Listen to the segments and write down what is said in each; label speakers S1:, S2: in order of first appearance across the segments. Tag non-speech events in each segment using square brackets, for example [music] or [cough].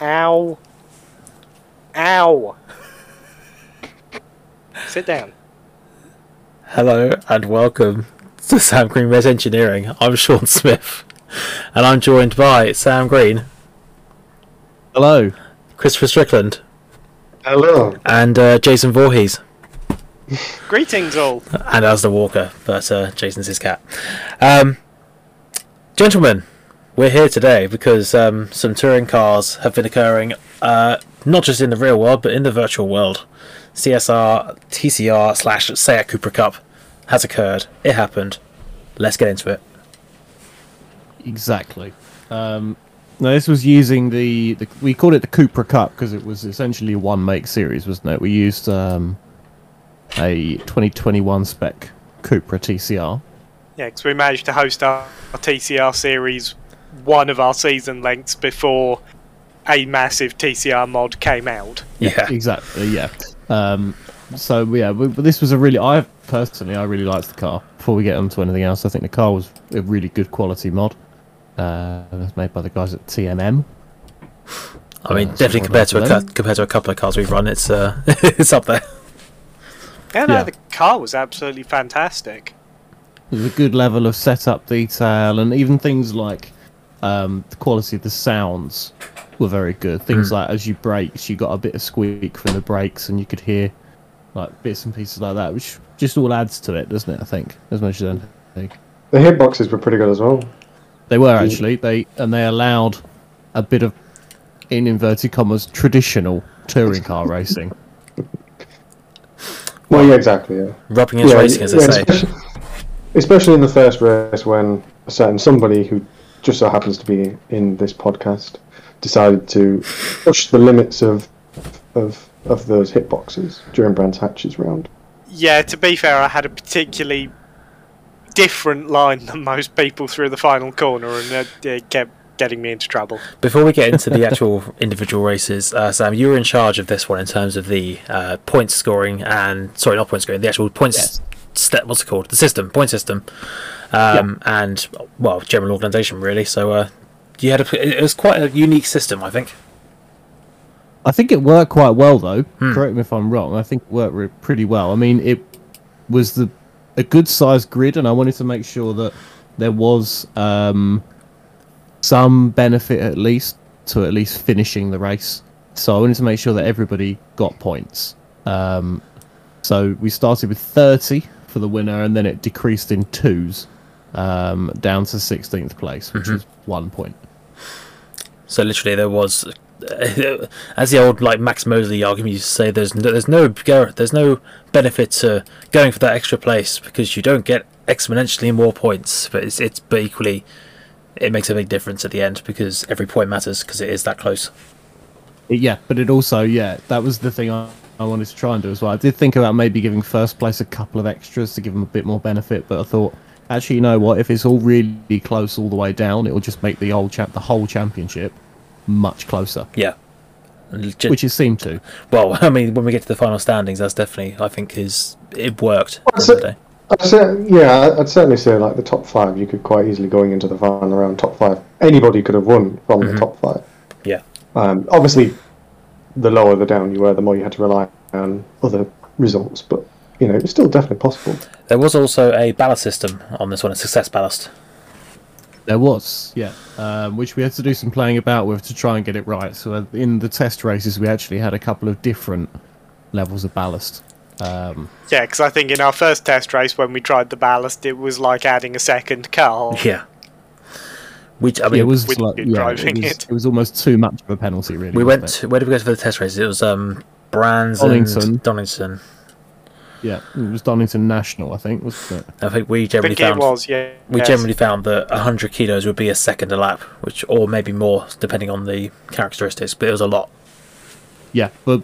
S1: Ow. Ow. Sit down.
S2: Hello and welcome to Sam Green Res Engineering. I'm Sean Smith and I'm joined by Sam Green,
S3: Hello.
S2: Christopher Strickland,
S4: Hello.
S2: and uh, Jason Voorhees,
S1: Greetings, all.
S2: and as the Walker, but uh, Jason's his cat. Um, gentlemen, we're here today because um, some touring cars have been occurring uh, not just in the real world but in the virtual world. CSR, TCR slash Seat Cupra Cup has occurred. It happened. Let's get into it.
S3: Exactly. Um, now this was using the, the we called it the Cupra Cup because it was essentially one make series, wasn't it? We used um, a 2021 spec Cupra TCR.
S1: Yeah, because we managed to host our, our TCR series one of our season lengths before a massive TCR mod came out.
S2: Yeah.
S3: Exactly. Yeah. Um, so yeah, we, but this was a really I personally I really liked the car. Before we get onto anything else, I think the car was a really good quality mod. Uh, it was made by the guys at TMM.
S2: I mean,
S3: Uh,
S2: definitely
S3: something
S2: compared to a
S3: like
S2: cou-
S3: that.
S2: compared to a couple of cars we've run, it's uh, [laughs] it's up there.
S1: Yeah, no,
S3: Yeah.
S1: the car was absolutely fantastic.
S3: There's a good level of setup detail, and even things like um, the quality of the sounds were very good. Things like as you brakes, you got a bit of squeak from the brakes, and you could hear like bits and pieces like that, which just all adds to it, doesn't it? I think as much as anything.
S4: The hitboxes were pretty good as well.
S3: They were actually they and they allowed a bit of in inverted commas traditional touring car racing.
S4: Well, yeah, exactly. Yeah.
S2: Rubbing is
S4: yeah,
S2: racing, as
S4: yeah,
S2: they say.
S4: Especially, especially in the first race when a certain somebody who just so happens to be in this podcast decided to push the limits of of of those hitboxes during Brands Hatch's round.
S1: Yeah, to be fair, I had a particularly different line than most people through the final corner, and it, it kept getting me into trouble.
S2: Before we get into the actual individual races, uh, Sam, you were in charge of this one in terms of the uh, point scoring and sorry, not point scoring, the actual points
S3: Yes.
S2: step. What's it called? The system, point system, um, and well, general organisation really. So uh, you had a, it was quite a unique system, I think.
S3: I think it worked quite well, though. Correct me if I'm wrong. I think it worked re- pretty well. I mean, it was the a good sized grid, and I wanted to make sure that there was um, some benefit at least to at least finishing the race. So I wanted to make sure that everybody got points. Um, so we started with 30 for the winner, and then it decreased in twos um, down to 16th place, which was one point.
S2: So literally, there was, [laughs] as the old like Max Mosley argument used to say, there's no, there's no gar- there's no benefit to going for that extra place because you don't get exponentially more points, but it's it's but equally, it makes a big difference at the end because every point matters because it is that close.
S3: It- Yeah, but it also, yeah, that was the thing I, I wanted to try and do as well. I did think about maybe giving first place a couple of extras to give them a bit more benefit, but I thought, actually, you know what? If it's all really close all the way down, it'll just make the old champ, the whole championship, much closer,
S2: Yeah, And legit-
S3: which it seemed to.
S2: well, [laughs] I mean, when we get to the final standings, that's definitely I think is it worked. at the
S4: That's
S2: end of the
S4: it.
S2: day.
S4: I'd say, yeah, I'd certainly say like the top five. You could quite easily going into the final round top five. Anybody could have won from
S2: Mm-hmm.
S4: the top five.
S2: Yeah,
S4: Um, obviously, the lower the down you were, the more you had to rely on other results. But you know, it's still definitely possible.
S2: there was also a ballast system on this one, a success ballast.
S3: There was, yeah, um, which we had to do some playing about with to try and get it right. So uh, in the test races, we actually had a couple of different levels of ballast. Um,
S1: Yeah, because I think in our first test race when we tried the ballast, it was like adding a second car.
S2: Yeah, which I mean,
S3: it was
S1: with
S3: like,
S1: you
S3: yeah, it
S1: driving
S3: was,
S1: it.
S3: it was almost too much of a penalty, really.
S2: We
S3: wasn't
S2: went.
S3: it?
S2: To, where did we go for the test races? It was um, Brands
S3: Donington.
S2: and Donington.
S3: Yeah, it was Donington National, I think, wasn't it?
S2: I think we
S1: I
S2: generally
S1: think it
S2: found
S1: was, yeah.
S2: we
S1: yes.
S2: generally found that 100 kilos would be a second a lap, which or maybe more depending on the characteristics. But it was a lot.
S3: Yeah, but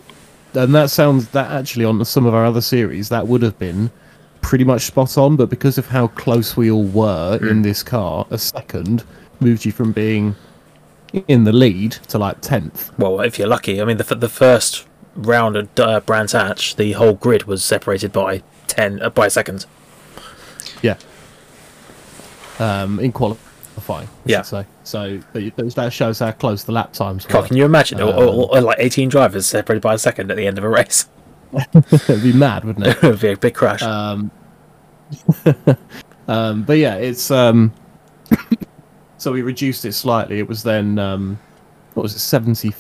S3: and that sounds that actually on some of our other series that would have been pretty much spot on, but because of how close we all were
S2: Hmm.
S3: in this car, a second moved you from being in the lead to like tenth.
S2: Well, if you're lucky, I mean the f- the first round at uh, Brands Hatch, the whole grid was separated by 10 uh, by a second.
S3: Yeah. Um, in qualifying, qualifying. I
S2: Yeah.
S3: should say. So but it- but that shows how close the lap times were.
S2: God, can you imagine? Or- or,
S3: Um,
S2: or, like 18 drivers separated by a second at the end of a race.
S3: [laughs]
S2: [laughs]
S3: It'd be mad, wouldn't it?
S2: it would be a big crash.
S3: Um, um, but yeah, it's um, [coughs] so we reduced it slightly. It was then um, what was it 70,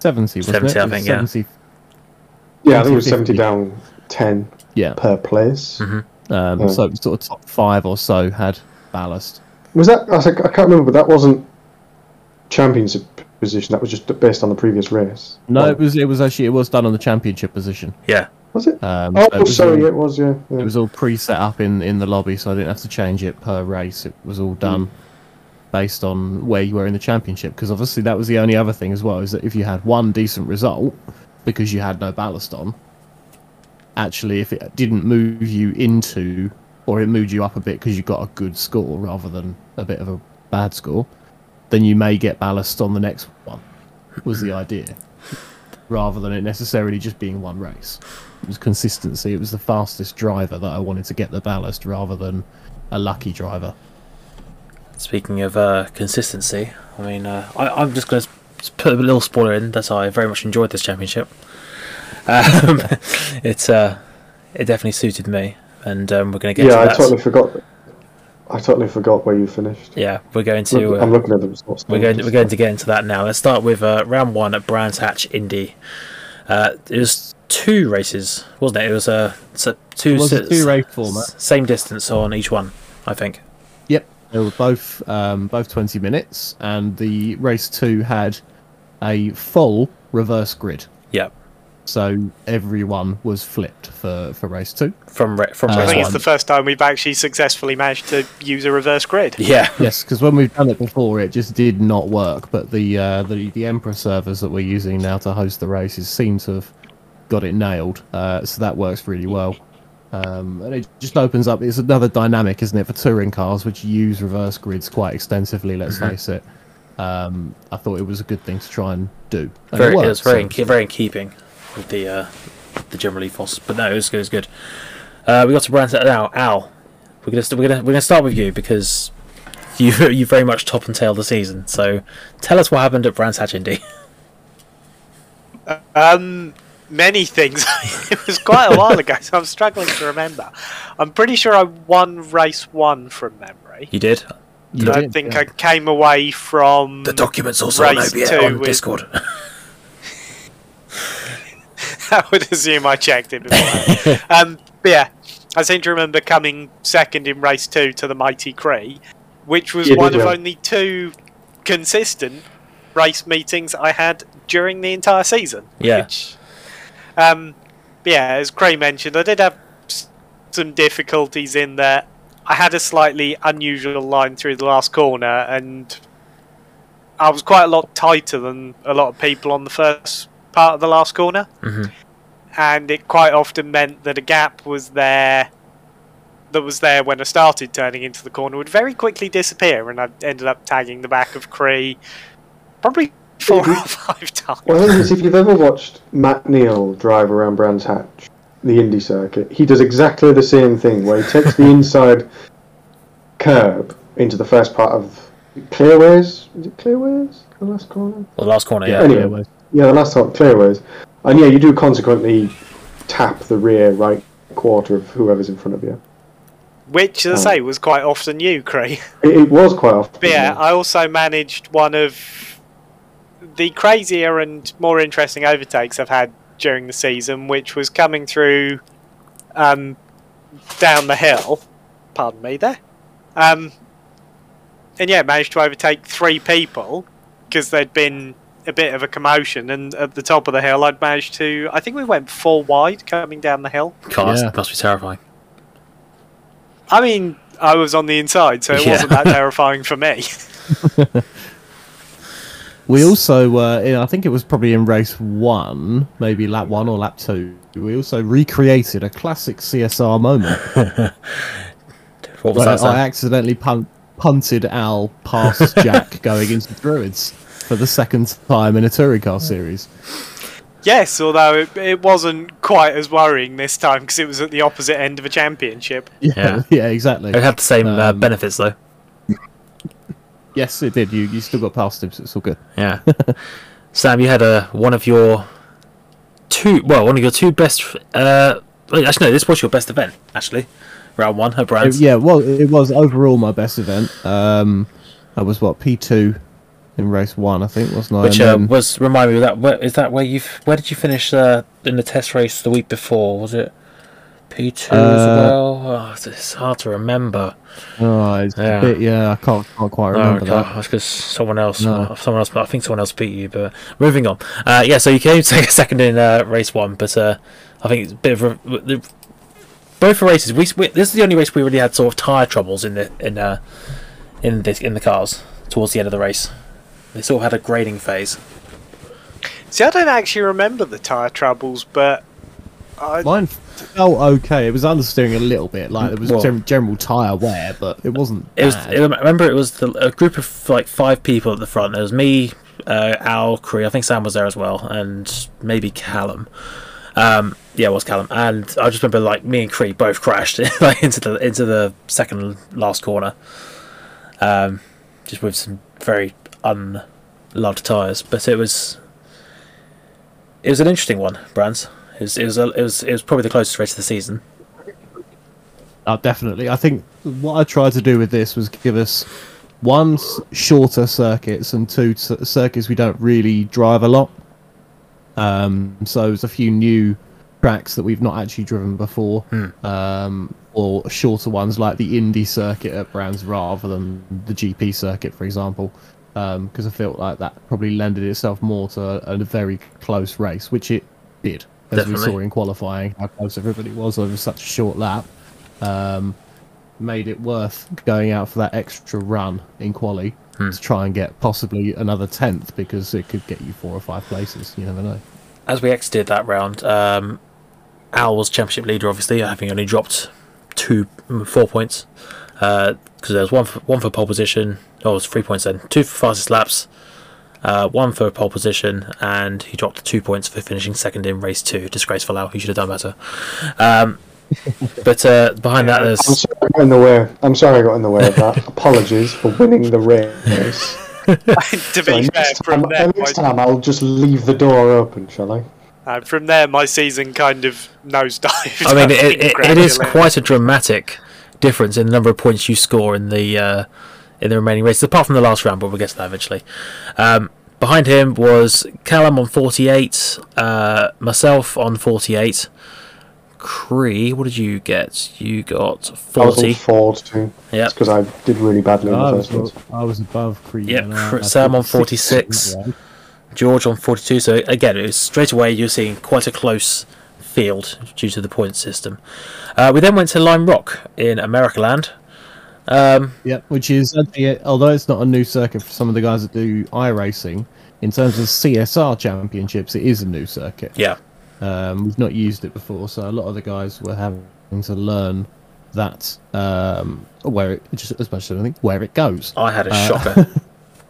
S3: 70 wasn't
S2: 70,
S3: it?
S2: I
S3: It was
S2: think, yeah.
S3: 70,
S4: Yeah, I think it was
S3: 70.
S4: 70 down 10
S3: yeah.
S4: per place.
S3: Um,
S4: Yeah.
S3: So it was sort of top five or so had ballast.
S4: Was that, I, think- I can't remember, but that wasn't championship position, that was just based on the previous race.
S3: No,
S4: Or-
S3: it was it was actually it was done on the championship position.
S2: yeah.
S4: Was it?
S3: Um,
S4: oh,
S3: so it was
S4: sorry,
S3: all-
S4: it was, yeah. yeah.
S3: It was all pre-set up in, in the lobby, so I didn't have to change it per race. It was all done based on where you were in the championship, because obviously that was the only other thing as well is that if you had one decent result because you had no ballast on, actually if it didn't move you into or it moved you up a bit because you got a good score rather than a bit of a bad score, then you may get ballast on the next one. Was the idea rather than it necessarily just being one race. It was consistency. It was the fastest driver that I wanted to get the ballast rather than a lucky driver.
S2: Speaking of uh, consistency, I mean, uh, I, I'm just going to put a little spoiler in that I very much enjoyed this championship. Um, [laughs] it's uh, it definitely suited me, and um, we're going to get
S4: yeah,
S2: to
S4: I
S2: that.
S4: totally forgot. I totally forgot where you finished.
S2: Yeah, we're going
S4: Look-
S2: to.
S4: I'm
S2: Uh,
S4: looking at the results.
S2: we're
S4: now.
S2: going. We're going to get into that now. Let's start with uh, round one at Brands Hatch Indy. Uh, it was two races, wasn't it? It was uh, s- two.
S3: It was a
S2: s-
S3: two-race format.
S2: Same distance on each one, I think.
S3: Yep, they were both um, both twenty minutes, and the race two had a full reverse grid,
S2: Yeah,
S3: so everyone was flipped for for race two.
S2: from ra- from
S3: Uh,
S1: I
S2: race
S1: think it's
S2: one.
S1: the first time we've actually successfully managed to use a reverse grid.
S2: yeah,
S3: Yes, because when we've done it before, it just did not work. But the uh, the the Emperor servers that we're using now to host the races seem to have got it nailed. Uh, so that works really well. Um, and it just opens up. It's another dynamic, isn't it, for touring cars, which use reverse grids quite extensively. Let's face it. Um, I thought it was a good thing to try and do. And
S2: very, it,
S3: worked,
S2: was very in,
S3: so-
S2: ke- very in keeping with the uh, the general ethos. But no, it was good. It was good. Uh, we got to brands that out. Al, we're gonna st- we're gonna we're gonna start with you because you [laughs] you very much top and tail the season. So tell us what happened at Brands Hatch Indy.
S1: Um, many things. [laughs] it was quite a while ago, so I'm struggling to remember. I'm pretty sure I won race one from memory.
S2: You did.
S3: You
S1: And I
S3: did,
S1: think
S3: yeah.
S1: I came away from
S2: The documents also on,
S1: Race
S2: OBS,
S1: two
S2: on
S1: with-
S2: Discord.
S1: [laughs] I would assume I checked it
S4: [laughs]
S1: before. um, but yeah, I seem to remember coming second in race two to the Mighty Cree, which was
S4: You did
S1: one of
S4: well.
S1: only two consistent race meetings I had during the entire season.
S2: Yeah.
S1: Which, um, but yeah, as Cree mentioned, I did have s- some difficulties in that I had a slightly unusual line through the last corner and. I was quite a lot tighter than a lot of people on the first part of the last corner and it quite often meant that a gap was there that was there when I started turning into the corner would very quickly disappear, and I ended up tagging the back of Cree probably four or [laughs] five times.
S4: Well, I think it's if you've ever watched Matt Neal drive around Brands Hatch, the Indy circuit, he does exactly the same thing where he takes the inside curb into the first part of Clearways. Is it Clearways? The last corner?
S2: Well, last corner. Yeah.
S4: Yeah. Anyway.
S3: Yeah, well,
S4: Yeah, the last time Clearways. And yeah, you do consequently tap the rear right quarter of whoever's in front of you.
S1: Which, as I say, was quite often you, Cree.
S4: It, it was quite often.
S1: But yeah, I also managed one of the crazier and more interesting overtakes I've had during the season, which was coming through um, down the hill. Pardon me there. Um, and yeah, managed to overtake three people because there'd been a bit of a commotion. And at the top of the hill, I'd managed to. I think we went four wide coming down the hill.
S2: Cars
S3: Yeah.
S2: must be terrifying.
S1: I mean, I was on the inside, so it
S2: Yeah.
S1: wasn't that terrifying for me.
S3: We also, uh, in- I think it was probably in race one, maybe lap one or lap two. We also recreated a classic
S2: [laughs]
S3: CSR moment.
S2: What was
S3: Where
S2: that?
S3: I
S2: Sam?
S3: accidentally pun- punted Al
S2: [laughs]
S3: past Jack going into Druids for the second time in a touring car series.
S1: Yes, although it, it wasn't quite as worrying this time because it was at the opposite end of a championship.
S3: [laughs] Yeah, yeah, exactly.
S2: It had the same uh,
S3: Um,
S2: benefits though.
S3: Yes, it did. You you still got past him, so it's all good.
S2: Yeah. [laughs] Sam, you had a one of your two well, one of your two best. Uh, wait, actually, no, this was your best event actually. Round one at
S3: It-
S2: Brands.
S3: yeah, well, it was overall my best event. Um, I was what P two in race one, I think, wasn't I?
S2: Which
S3: And
S2: uh,
S3: then-
S2: was remind me of that. Where, is that where you? have Where did you finish uh, in the test race the week before? Was it P two as
S3: Uh,
S2: well? Oh, it's- it's hard to remember.
S3: oh, it's a
S2: yeah.
S3: bit- yeah, I can't can't quite remember
S2: oh,
S3: that.
S2: God, that's because someone else, uh,
S3: No.
S2: someone else. I think someone else beat you. But moving on. Uh, yeah, so you came take [laughs] second in uh, race one, but uh, I think it's a bit of a, the, both the races. We, we this is the only race we really had sort of tire troubles in the in uh, in this in the cars towards the end of the race. They sort of had a grading phase.
S1: See, I don't actually remember the tyre troubles, but I, [laughs]
S3: Mine felt okay. It was understeering a little bit, like there was
S2: Well-
S3: gen- general tire wear, but it wasn't.
S2: It was.
S3: bad.
S2: It, I remember, it was the, a group of like five people at the front. There was me, uh, Al, Cree. I think Sam was there as well, and maybe Callum. Um, yeah, it was Callum. And I just remember like me and Cree both crashed [laughs] like into the into the second last corner, um, just with some very unloved tires. But it was it was an interesting one, Brands. It was it was, a, it was it was probably the closest race of the season.
S3: Oh, definitely. I think what I tried to do with this was give us one s- shorter circuits and two c- circuits we don't really drive a lot. Um, so there's a few new tracks that we've not actually driven before, um, or shorter ones like the Indy circuit at Brands rather than the GP circuit, for example. Because I felt like that probably lended itself more to a, a very close race, which it did, as
S2: Definitely.
S3: we saw in qualifying, how close everybody was over such a short lap Um, made it worth going out for that extra run in quali to try and get possibly another tenth because it could get you four or five places. You never know.
S2: as we exited that round, um, Al was championship leader, obviously, having only dropped two, mm, four points. Because there was one for, one for pole position, oh, it was three points then, two for fastest laps, uh, one for pole position, and he dropped two points for finishing second in race two. Disgraceful Al, he should have done better. Um, [laughs] but uh, behind that,
S4: I'm
S2: there's.
S4: sorry I got in the way. I'm sorry I got in the way of that. Apologies for winning the race.
S1: to be
S4: So
S1: fair,
S4: next,
S1: from
S4: time, uh,
S1: there,
S4: next
S1: my,
S4: time I'll just leave the door open, shall I?
S1: uh, from there, my season kind of nosedived. [laughs]
S2: I mean, it, it, it is
S1: gradually.
S2: quite a dramatic difference in the number of points you score in the uh, in the remaining races, apart from the last round, but we'll get to that eventually. Um, behind him was Callum on 48, uh, myself on 48. Cree, what did you get? You got
S4: I was
S2: 40.
S4: on Ford too.
S2: Yep.
S4: because I did really badly in
S3: I
S4: the
S3: was,
S4: first one.
S3: I was above Creed.
S2: Yep,
S3: and I-
S2: Cr-
S3: I
S2: Sam on
S3: think
S2: 46.
S3: sixth in that round.
S2: George on 42. So again, it was straight away you're seeing quite a close field due to the point system. Uh, we then went to Lime Rock in America Land. Um,
S3: Yep, which is actually, although it's not a new circuit for some of the guys that do iRacing, in terms of CSR championships, it is a new circuit.
S2: yeah,
S3: Um, we've not used it before, so a lot of the guys were having to learn that um, where it just as much as anything where it goes.
S2: I had a
S3: [laughs]
S2: shocker.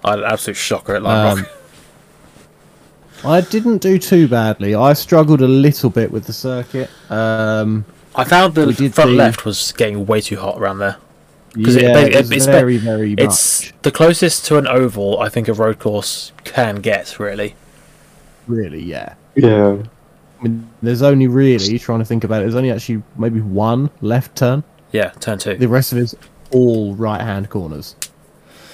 S2: I had an absolute shocker at Lime
S3: Uh, Um,
S2: Rock.
S3: I didn't do too badly. I struggled a little bit with the circuit. Um,
S2: I found the
S3: we did
S2: front
S3: the-
S2: left was getting way too hot around there. 'Cause it-
S3: yeah,
S2: but
S3: it, was
S2: it's-
S3: very, very much.
S2: It's the closest to an oval I think a road course can get, really.
S3: really, yeah.
S4: Yeah,
S3: I mean, there's only really trying to think about it. There's only actually maybe one left turn.
S2: Yeah, turn two.
S3: The rest of it's all right-hand corners,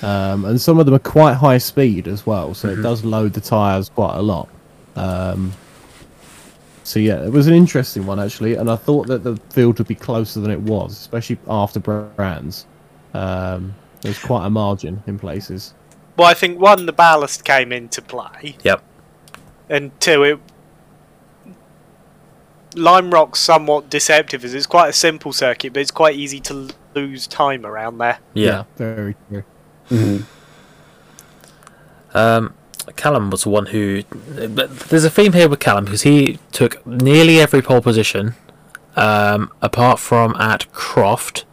S3: um, and some of them are quite high speed as well. So
S1: Mm-hmm.
S3: it does load the tires quite a lot. Um, so yeah, it was an interesting one actually, and I thought that the field would be closer than it was, especially after Brands. Um, there was quite a margin in places.
S1: Well, I think one, the ballast came into play,
S2: Yep.
S1: and two, it Lime Rock's somewhat deceptive as it's quite a simple circuit, but it's quite easy to l- lose time around there.
S2: Yeah.
S3: very true.
S2: Um, Callum was the one who. But there's a theme here with Callum because he took nearly every pole position, um, apart from at Croft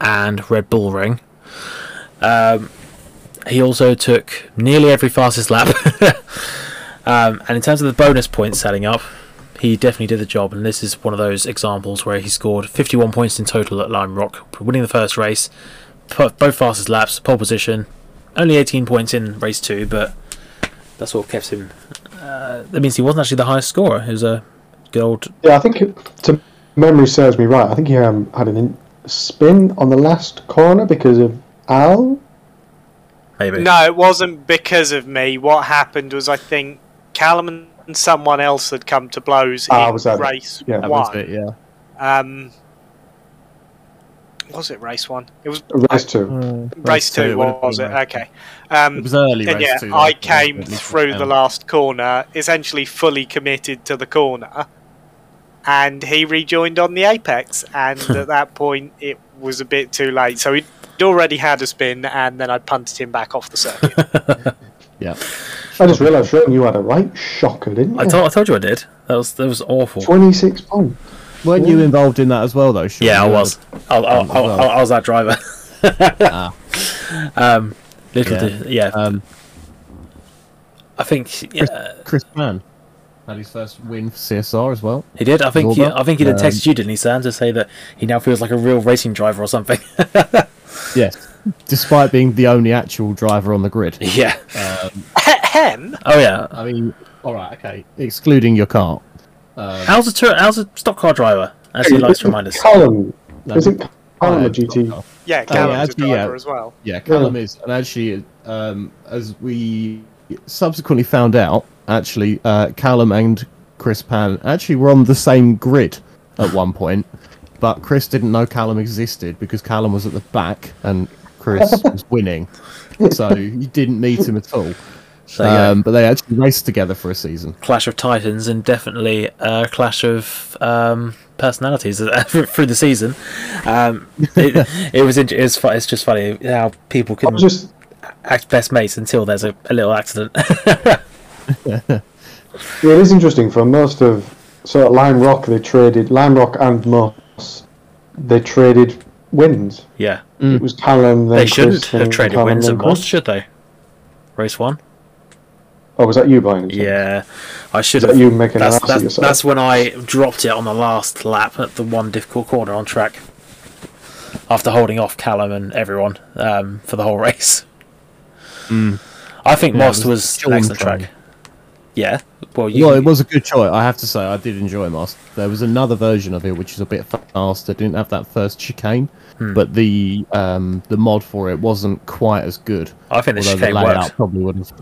S2: and Red Bull Ring. Um, he also took nearly every fastest lap. [laughs] um, and in terms of the bonus points setting up, he definitely did the job. And this is one of those examples where he scored 51 points in total at Lime Rock, winning the first race, po- both fastest laps, pole position, only 18 points in race two, but that's what kept him. Uh, that means he wasn't actually the highest scorer. He was a good old.
S4: Yeah, I think it, to memory serves me right. I think he um, had an in- spin on the last corner because of Al.
S2: Maybe.
S1: No, it wasn't because of me. What happened was I think Callum and someone else had come to blows
S4: Ah,
S1: in
S4: was that it?
S1: race
S4: Yeah. That
S3: That was
S1: one.
S3: it, yeah.
S1: Um, was it race one? It was
S4: Race two.
S1: race, two.
S3: would have
S1: was it?
S3: been race-
S1: Okay. Um,
S3: It was early
S1: and
S3: race
S1: yeah,
S3: two.
S1: I
S3: that- that
S1: came
S3: was at least
S1: through the
S3: down.
S1: last corner, essentially fully committed to the corner, and he rejoined on the apex.
S3: [laughs]
S1: And at that point, it was a bit too late. So he'd already had a spin, and then I punted him back off the circuit.
S3: [laughs] Yeah.
S4: I just realised, Sean, you had a right shocker, didn't you?
S2: I told I told you I did. That was that was awful.
S4: Twenty-six points.
S3: Weren't you involved in that as well, though? Sean?
S2: Yeah, I
S3: [laughs]
S2: was. Ah. I, I, I, I, I was that driver. um, little
S3: Yeah.
S2: yeah. yeah.
S3: Um,
S2: I think yeah,
S3: Chris Mann had his first win for CSR as well.
S2: he did. I think
S3: Wilbur?
S2: yeah, I think he did
S3: Um,
S2: text you, didn't he, Sam, to say that he now feels like a real racing driver or something.
S3: [laughs] Yes. Despite being the only actual driver on the grid.
S2: yeah.
S1: Ahem.
S2: [laughs] Oh yeah.
S3: I mean, all right, okay. Excluding your car. Um,
S2: How's a tour, how's a stock car driver? As he likes to remind us.
S4: Callum.
S3: No,
S4: Isn't Callum
S3: Uh,
S4: a GT?
S3: car.
S1: Yeah,
S3: Oh,
S1: Callum's
S3: yeah,
S1: a
S3: actually,
S1: driver
S3: yeah.
S1: as well.
S3: Yeah, Callum is, and actually, um, as we subsequently found out, actually, uh, Callum and Chris Pan actually were on the same grid at one point, but Chris didn't know Callum existed because Callum was at the back and Chris was winning, so you didn't meet him at all.
S2: So yeah,
S3: Um, but they actually raced together for a season.
S2: clash of titans and definitely a clash of um, personalities [laughs] through the season. Um,
S4: [laughs]
S2: it, it was int- it's fu- it's just funny how people
S4: I
S2: can
S4: was just
S2: act best mates until there's a, a little accident. [laughs]
S4: Yeah, it is interesting. For most of so at Lime Rock, they traded Lime Rock and Moss. They traded wins.
S2: yeah,
S4: It was Callum. Then
S2: Mm. they shouldn't
S4: Chris, uh,
S2: have
S4: then
S2: traded
S4: Callum,
S2: wins
S4: then
S2: and Moss,
S4: Chris.
S2: should they? Race one.
S4: Oh, was that you, Brian?
S2: Yeah, I should
S4: Is
S2: have.
S4: that you making an
S2: that's,
S4: ass of
S2: that's,
S4: yourself?
S2: that's when I dropped it on the last lap at the one difficult corner on track, after holding off Callum and everyone um, for the whole [laughs] race. I think
S3: Hmm. Yeah, it
S2: Most was,
S3: was a
S2: an
S3: storm
S2: excellent
S3: train.
S2: track. Yeah, well, you,
S3: Well, it was a good choice. I have to say, I did enjoy Moss. There was another version of it which is a bit faster. Didn't have that first chicane,
S2: Hmm.
S3: but the um, the mod for it wasn't quite as good.
S2: I think the
S3: although
S2: chicane
S3: layout
S2: worked.
S3: probably would have.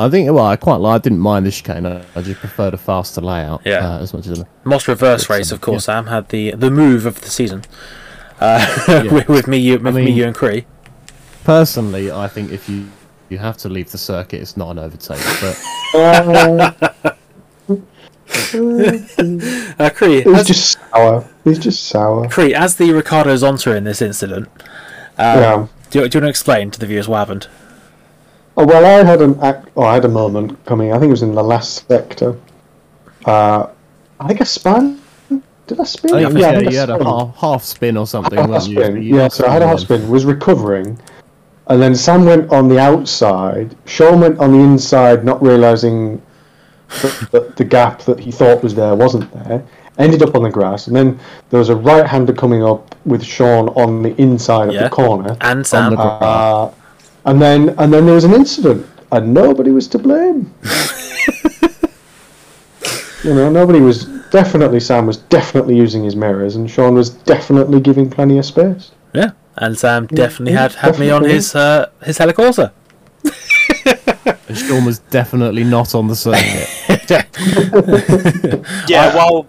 S3: I think well, I quite like. I didn't mind the chicane. I, I just preferred a faster layout.
S2: Yeah.
S3: uh, as
S2: [laughs]
S3: much as
S2: Moss reverse race, of course. Sam had the the move of the season uh,
S3: Yeah.
S2: [laughs] with, with me, you, with me,
S3: mean-
S2: you and Cree.
S3: personally, I think if you you have to leave the circuit, it's not an overtake.
S2: [laughs]
S3: But
S4: [laughs] Uh,
S2: Uh, Cree,
S4: it was
S2: as-
S4: just sour. It's just sour.
S2: Cree, as the Ricardo's onto in this incident, Uh,
S4: yeah.
S2: do, you- do you want to explain to the viewers what happened?
S4: Oh, well, I had an act. Oh, I had a moment coming. I think it was in the last sector. Uh, I think I spun. Did I spin?
S3: I think, Oh, yeah,
S4: I think I
S3: you had a
S4: spun.
S3: half, half spin or something.
S4: half
S3: weren't you?
S4: spin.
S3: You
S4: Yeah, so I had a half
S3: spun.
S4: spin, was recovering, and then Sam went on the outside. Sean went on the inside, not realizing that, that the gap that he thought was there wasn't there. Ended up on the grass, and then there was a right hander coming up with Sean on the inside of
S2: Yeah.
S4: the corner.
S2: And Sam,
S3: the-
S4: Uh, and then and then there was an incident, and nobody was
S3: [laughs]
S4: to blame. you know, nobody was definitely Sam was definitely using his mirrors, and Sean was definitely giving plenty of space.
S2: yeah, and Sam definitely had had me on
S4: definitely.
S2: his uh, his helicorsa.
S3: And Sean was definitely not on the circuit.
S1: Yeah, well,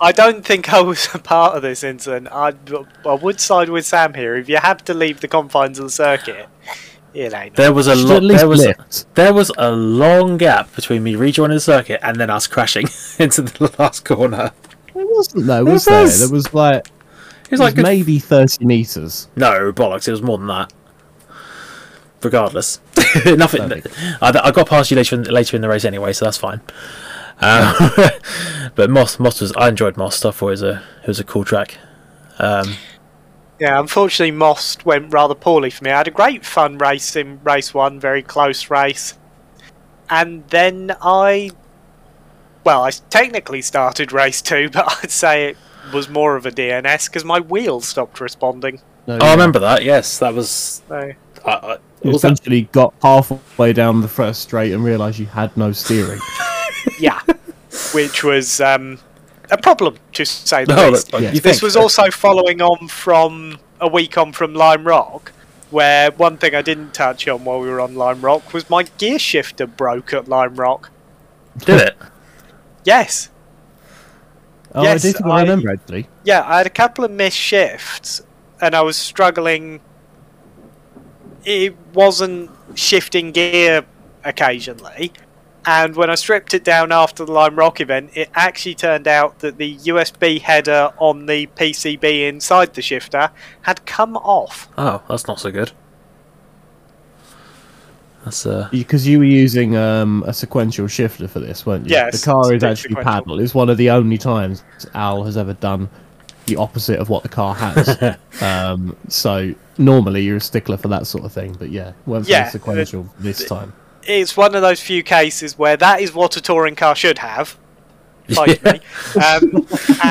S1: I don't think I was a part of this incident. I, I would side with Sam here. If you had to leave the confines of the circuit, it ain't.
S2: There was a
S3: Should
S2: lot.
S3: at least
S2: There was
S3: lift.
S2: there was a long gap between me rejoining the circuit and then us crashing [laughs] into the last corner.
S3: There wasn't though, was there?
S2: was.
S3: There was like,
S2: It was
S3: it was
S2: like a-
S3: maybe thirty meters.
S2: No, bollocks. It was more than that. Regardless, [laughs] nothing. I, I got past you later in, later in the race anyway, so that's fine. Um, [laughs] but Moss, Moss was. I enjoyed Moss stuff. It was a it was a cool track. Um,
S1: Yeah, unfortunately, Most went rather poorly for me. I had a great fun race in race one, very close race, and then I, well, I s- technically started race two, [laughs] but I'd say it was more of a DNS because my wheels stopped responding.
S3: No,
S2: oh, I remember that. Yes, that was.
S1: So
S2: I, I, I,
S3: You
S2: was that- [laughs]
S3: essentially got halfway down the first straight and realised you had no steering.
S1: Yeah, which was um, a problem to say the
S2: Oh,
S1: least.
S2: that-
S3: Yeah.
S2: you
S1: This
S2: think?
S1: was also following on from a week on from Lime Rock, where one thing I didn't touch on while we were on Lime Rock was my gear shifter broke at Lime Rock.
S2: did it?
S1: Yes,
S3: Oh,
S1: Yes,
S3: I do think I,
S1: I-
S3: remember actually.
S1: yeah, I had a couple of missed shifts, and I was struggling. It wasn't shifting gear occasionally, and when I stripped it down after the Lime Rock event, it actually turned out that the USB header on the PCB inside the shifter had come off.
S2: Oh, that's not so good. That's uh.
S3: Because you were using um, a sequential shifter for this, weren't you?
S1: Yes,
S3: The car is
S1: stick
S3: actually
S1: sequential.
S3: paddle. It's one of the only times Al has ever done the opposite of what the car has. um, so normally you're a stickler for that sort of thing, but yeah, went for
S1: Yeah,
S3: the sequential this time.
S1: It's one of those few cases where that is what a touring car should have.
S3: [laughs]
S1: fight
S2: [laughs] Yeah.
S1: me. Um,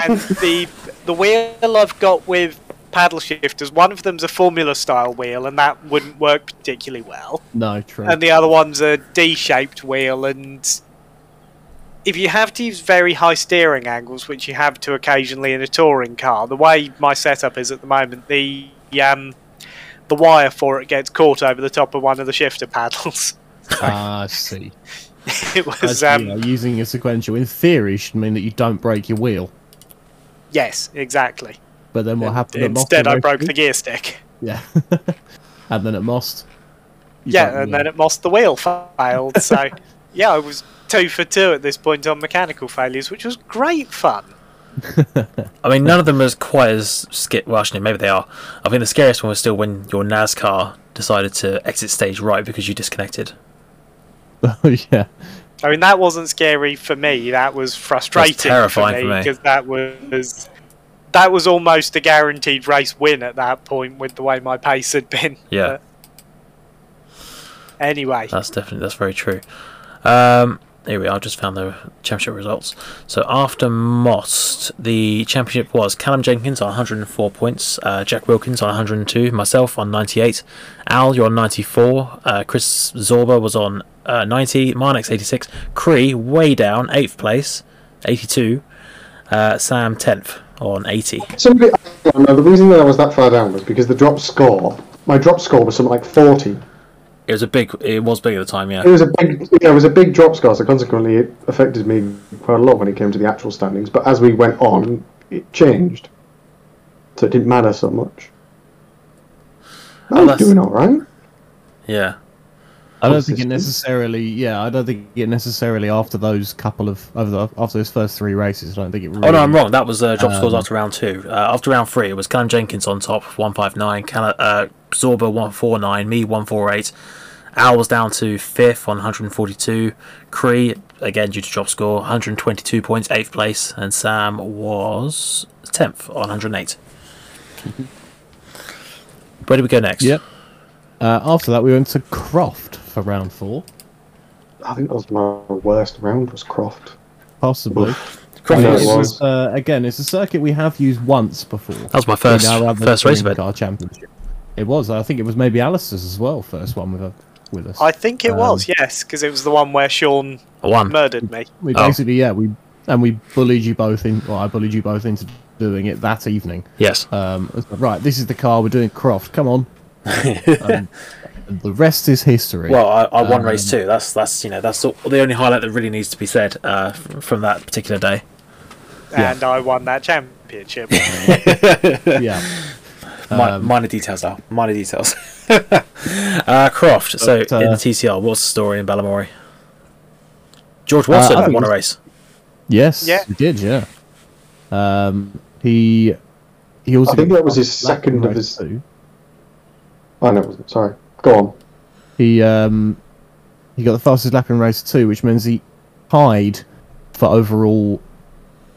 S1: and the the wheel I've got with paddle shifters, one of them's a formula style wheel, and that wouldn't work particularly well.
S3: No, true.
S1: And the other one's a D shaped wheel, and if you have to use very high steering angles, which you have to occasionally in a touring car, the way my setup is at the moment, the um, the wire for it gets caught over the top of one of the shifter paddles. [laughs]
S3: Ah, I see.
S1: it
S3: As,
S1: was
S3: you
S1: um,
S3: know, using a sequential in theory should mean that you don't break your wheel.
S1: yes, exactly.
S3: But then what happened? at Most
S1: Instead, I
S3: Racing?
S1: broke the gear stick.
S3: Yeah. [laughs] and then at Most. you don't
S1: yeah, and
S3: know.
S1: then it lost the wheel failed. So, yeah, I was two for two at this point on mechanical failures, which was great fun.
S2: I mean, none of them was quite as skit. Well, actually, maybe they are. I think the scariest one was still when your NASCAR decided to exit stage right because you disconnected.
S3: [laughs] Oh, yeah.
S1: I mean, that wasn't scary for me. That was frustrating.
S2: terrifying for me.
S1: because that was that was almost a guaranteed race win at that point with the way my pace had been.
S2: Yeah. Uh,
S1: But anyway,
S2: That's definitely that's very true. Um, here we are. Just found the championship results. So after Most, the championship was Callum Jenkins on 104 points, uh, Jack Wilkins on 102, myself on 98, Al you're on 94, uh, Chris Zorba was on uh, 90, Marnix 86, Cree way down eighth place, 82, uh, Sam 10th on 80.
S4: Somebody, I don't know, the reason that I was that far down was because the drop score, my drop score was something like 40.
S2: It was a big. It was big at the time.
S4: It
S2: Yeah.
S4: was a big, yeah, it was a big drop score, so consequently it affected me quite a lot when it came to the actual standings. But as we went on, it changed, so it didn't matter so much. I was
S2: that's-
S4: doing all right.
S2: Yeah.
S3: I don't think it
S4: Consistent.
S3: necessarily. Yeah, I don't think it necessarily after those couple of over the, after those first three races. I don't think it. Really,
S2: Oh no, I'm wrong. That was uh, drop scores
S3: Um,
S2: after round two. Uh, after round three, it was Callum Jenkins on top, one five nine. Cal- uh, Zorba one four nine. Me one four eight. Al was down to fifth on 142. Cree again due to drop score 122 points, eighth place, and Sam was tenth on
S3: [laughs]
S2: 108. Where do we go next?
S3: Yep. Uh, after that, we went to Croft for round four,
S4: I think that was my worst round was Croft.
S3: possibly.
S2: Croft
S4: No,
S3: it
S2: was-
S4: it
S3: was
S4: was.
S3: uh, again. It's a circuit we have used once before.
S2: That was my first
S3: in our other
S2: first race
S3: touring
S2: event.
S3: car championship. It was. I think it was maybe Alistair's as well. First one with a, with us.
S1: I think it was yes, because it was the one where Sean
S2: One.
S1: murdered me.
S3: we
S2: oh.
S3: basically yeah we and we bullied you both in. Well, I bullied you both into doing it that evening.
S2: Yes.
S3: Um, I was like, right, this is the car we're doing. Croft,
S2: [laughs]
S3: come on. um, and the rest is history.
S2: Well, Um, I, I won race two. That's that's you know that's all, the only highlight that really needs to be said uh, f- from that particular day.
S3: Yeah.
S1: and I won that championship.
S3: yeah.
S2: Mi- minor details are minor details. [laughs] uh, Croft. so
S3: But, uh,
S2: in the TCR, what's the story in Balamori? George
S3: Uh, I
S2: Watson
S3: think
S2: won a
S3: it's-
S2: race.
S3: Yes.
S1: Yeah.
S3: He did. Yeah. Um, he he also.
S4: I think
S3: got
S4: that was his
S3: top lap in
S4: second of
S3: race
S4: his-
S3: two.
S4: I know Oh, it wasn't. Sorry. Go on.
S3: He um he got the fastest lap in race two, which means he tied for overall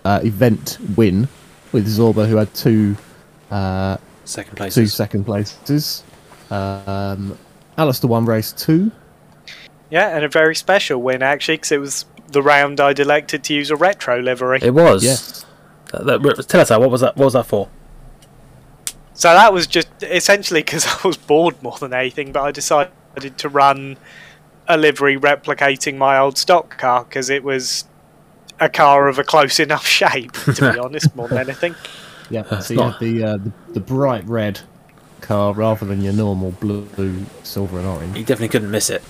S3: uh, event win with Zorba, who had two uh,
S2: Second place.
S3: two second places. Um, Alistair won race two.
S1: yeah, and a very special win actually, because it was the round I'd elected to use a retro livery.
S2: It was.
S3: Yes.
S2: That- that- tell us that. What was that? What was that for?
S1: So that was just essentially because [laughs] I was bored more than anything, but I decided to run a livery replicating my old stock car because it was a car of a close [laughs] enough shape,
S2: [laughs]
S1: to be honest, more than anything.
S3: Yeah, so
S2: not-
S3: you had the, uh, the the bright red car rather than your normal blue, silver, and orange.
S2: You definitely couldn't miss it.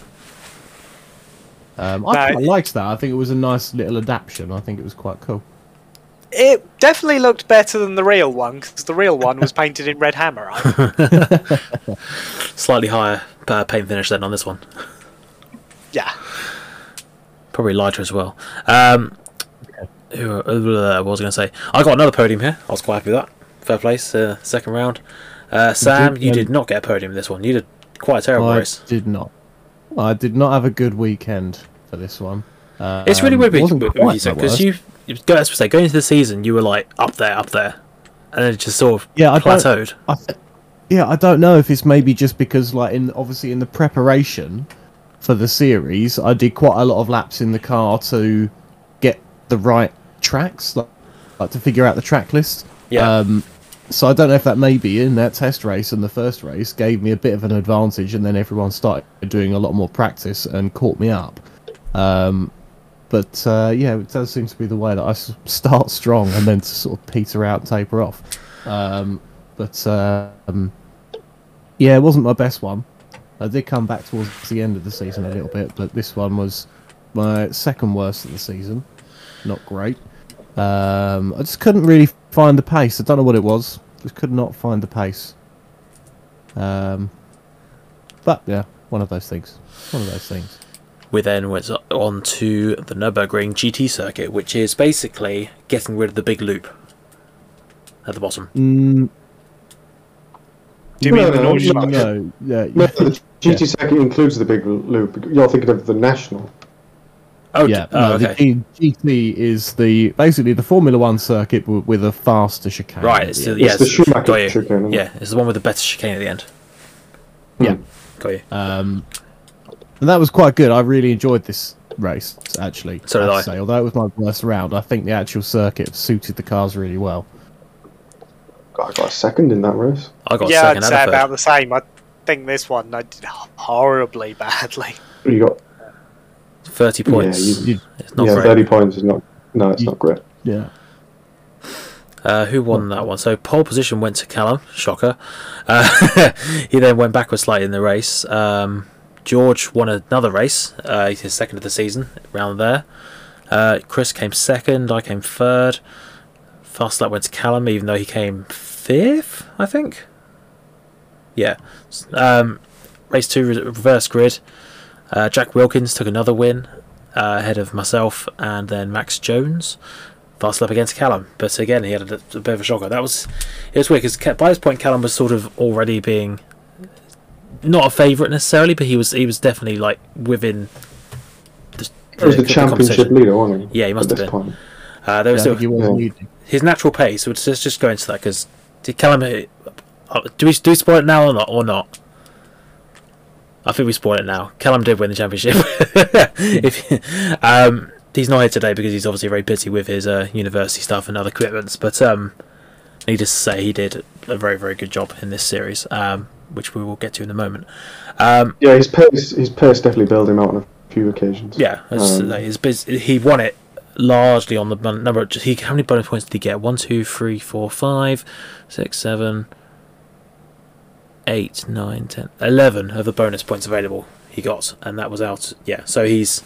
S3: Um,
S1: No,
S3: I quite
S1: it-
S3: liked that. I think it was a nice little adaptation. I think it was quite cool.
S1: It definitely looked better than the real one because the real one was
S2: [laughs]
S1: painted in red hammerite.
S2: Slightly higher uh, paint finish then on this one.
S1: Yeah.
S2: Probably lighter as well. Um, who, uh, what was I going to say? I got another podium here. I was quite happy with that. Fair place, uh, second round. Uh, Sam,
S3: did,
S2: you
S3: um,
S2: did not get a podium in this one. You did quite a terrible
S3: I
S2: race.
S3: did not. I did not have a good weekend for this one. Um,
S2: It's really weird
S3: it wasn't quite
S2: with you
S3: my
S2: because
S3: worst.
S2: you, you go, as we say, going into the season, you were like up there, up there, and then it just sort of
S3: Yeah, I don't-
S2: plateaued.
S3: I th- yeah, I don't know if it's maybe just because, like, in obviously in the preparation for the series, I did quite a lot of laps in the car to get the right tracks, like, like to figure out the track list.
S2: Yeah.
S3: Um, so I don't know if that maybe in that test race and the first race gave me a bit of an advantage, and then everyone started doing a lot more practice and caught me up. Um, but uh, yeah, it does seem to be the way that I s- start strong and then to sort of peter out, and taper off. Um, but um, yeah, it wasn't my best one. I did come back towards the end of the season a little bit, but this one was my second worst of the season. Not great. Um, I just couldn't really find the pace. I don't know what it was. Just could not find the pace. Um, but yeah, one of those things. One of those things.
S2: We then went on to the Nurburgring GT circuit, which is basically getting rid of the big loop at the bottom.
S3: Mm,
S1: Do you mean the
S4: No,
S1: noise?
S4: no,
S1: mark?
S3: no, yeah,
S4: No, [laughs] the GT
S3: Yeah.
S4: circuit includes the big loop. You're thinking of the national.
S2: Oh,
S3: yeah,
S2: d- oh,
S3: no,
S2: okay.
S3: the G- GT is the basically the Formula One circuit w- with a faster chicane.
S2: right.
S3: at
S2: It's
S3: the
S2: the,
S3: end.
S2: yeah,
S4: It's the
S2: it's-
S4: Schumacher
S2: got you.
S4: chicane, isn't it?
S2: Yeah, it's the one with the better chicane at the end.
S3: yeah.
S2: Got you.
S1: Uh,
S3: Um, and that was quite good. I really enjoyed this race actually.
S2: So
S3: I
S2: did
S3: have
S2: I.
S3: to Say. Although it was my worst round, I think the actual circuit suited the cars really well.
S4: God, I got a second in that race.
S2: I got
S1: Yeah, I'd
S2: second and a
S1: say
S2: third.
S1: about the same. I think this one I did horribly badly.
S4: You got
S2: thirty points.
S4: you-
S2: it's not
S4: yeah,
S2: great.
S4: thirty points is not. No, it's
S3: You-
S4: not great.
S3: Yeah.
S2: Uh, who won that one? So pole position went to Callum, shocker. Uh, [laughs] he then went backwards slightly in the race. Um, George won another race, uh, he's his second of the season, round there. Uh, Chris came second, I came third. Fast lap went to Callum, even though he came fifth, I think. Yeah. S- Um, race two, re- reverse grid. Uh, Jack Wilkins took another win uh, ahead of myself and then Max Jones. Fast lap against Callum, but again he had a, a bit of a shocker. That was it was weird because by this point Callum was sort of already being not a favourite necessarily, but he was he was definitely like within. The,
S4: It was the, championship
S2: competition.
S4: leader, wasn't it?
S2: Yeah, he must have
S4: at this
S2: been.
S4: point.
S2: Uh, there
S3: yeah,
S2: was
S3: I
S2: still
S3: think he was
S4: Yeah.
S3: leading.
S2: his natural pace. Let's just just go into that because did Callum? uh, Do we do we spoil it now or not? Or not? I think we spoil it now. Callum did win the championship. [laughs] if um, he's not here today because he's obviously very busy with his uh, university stuff and other commitments, but um, needless to say, he did a very very good job in this series, um, which we will get to in a moment. Um,
S4: Yeah, his pace, his pace definitely bailed him out on a few occasions.
S2: yeah, as
S4: Um,
S2: like, his bus- he won it largely on the mon- number. Of, he how many bonus points did he get? One, two, three, four, five, six, seven, eight, nine, ten, eleven of the bonus points available. He got, and that was out. Yeah, so he's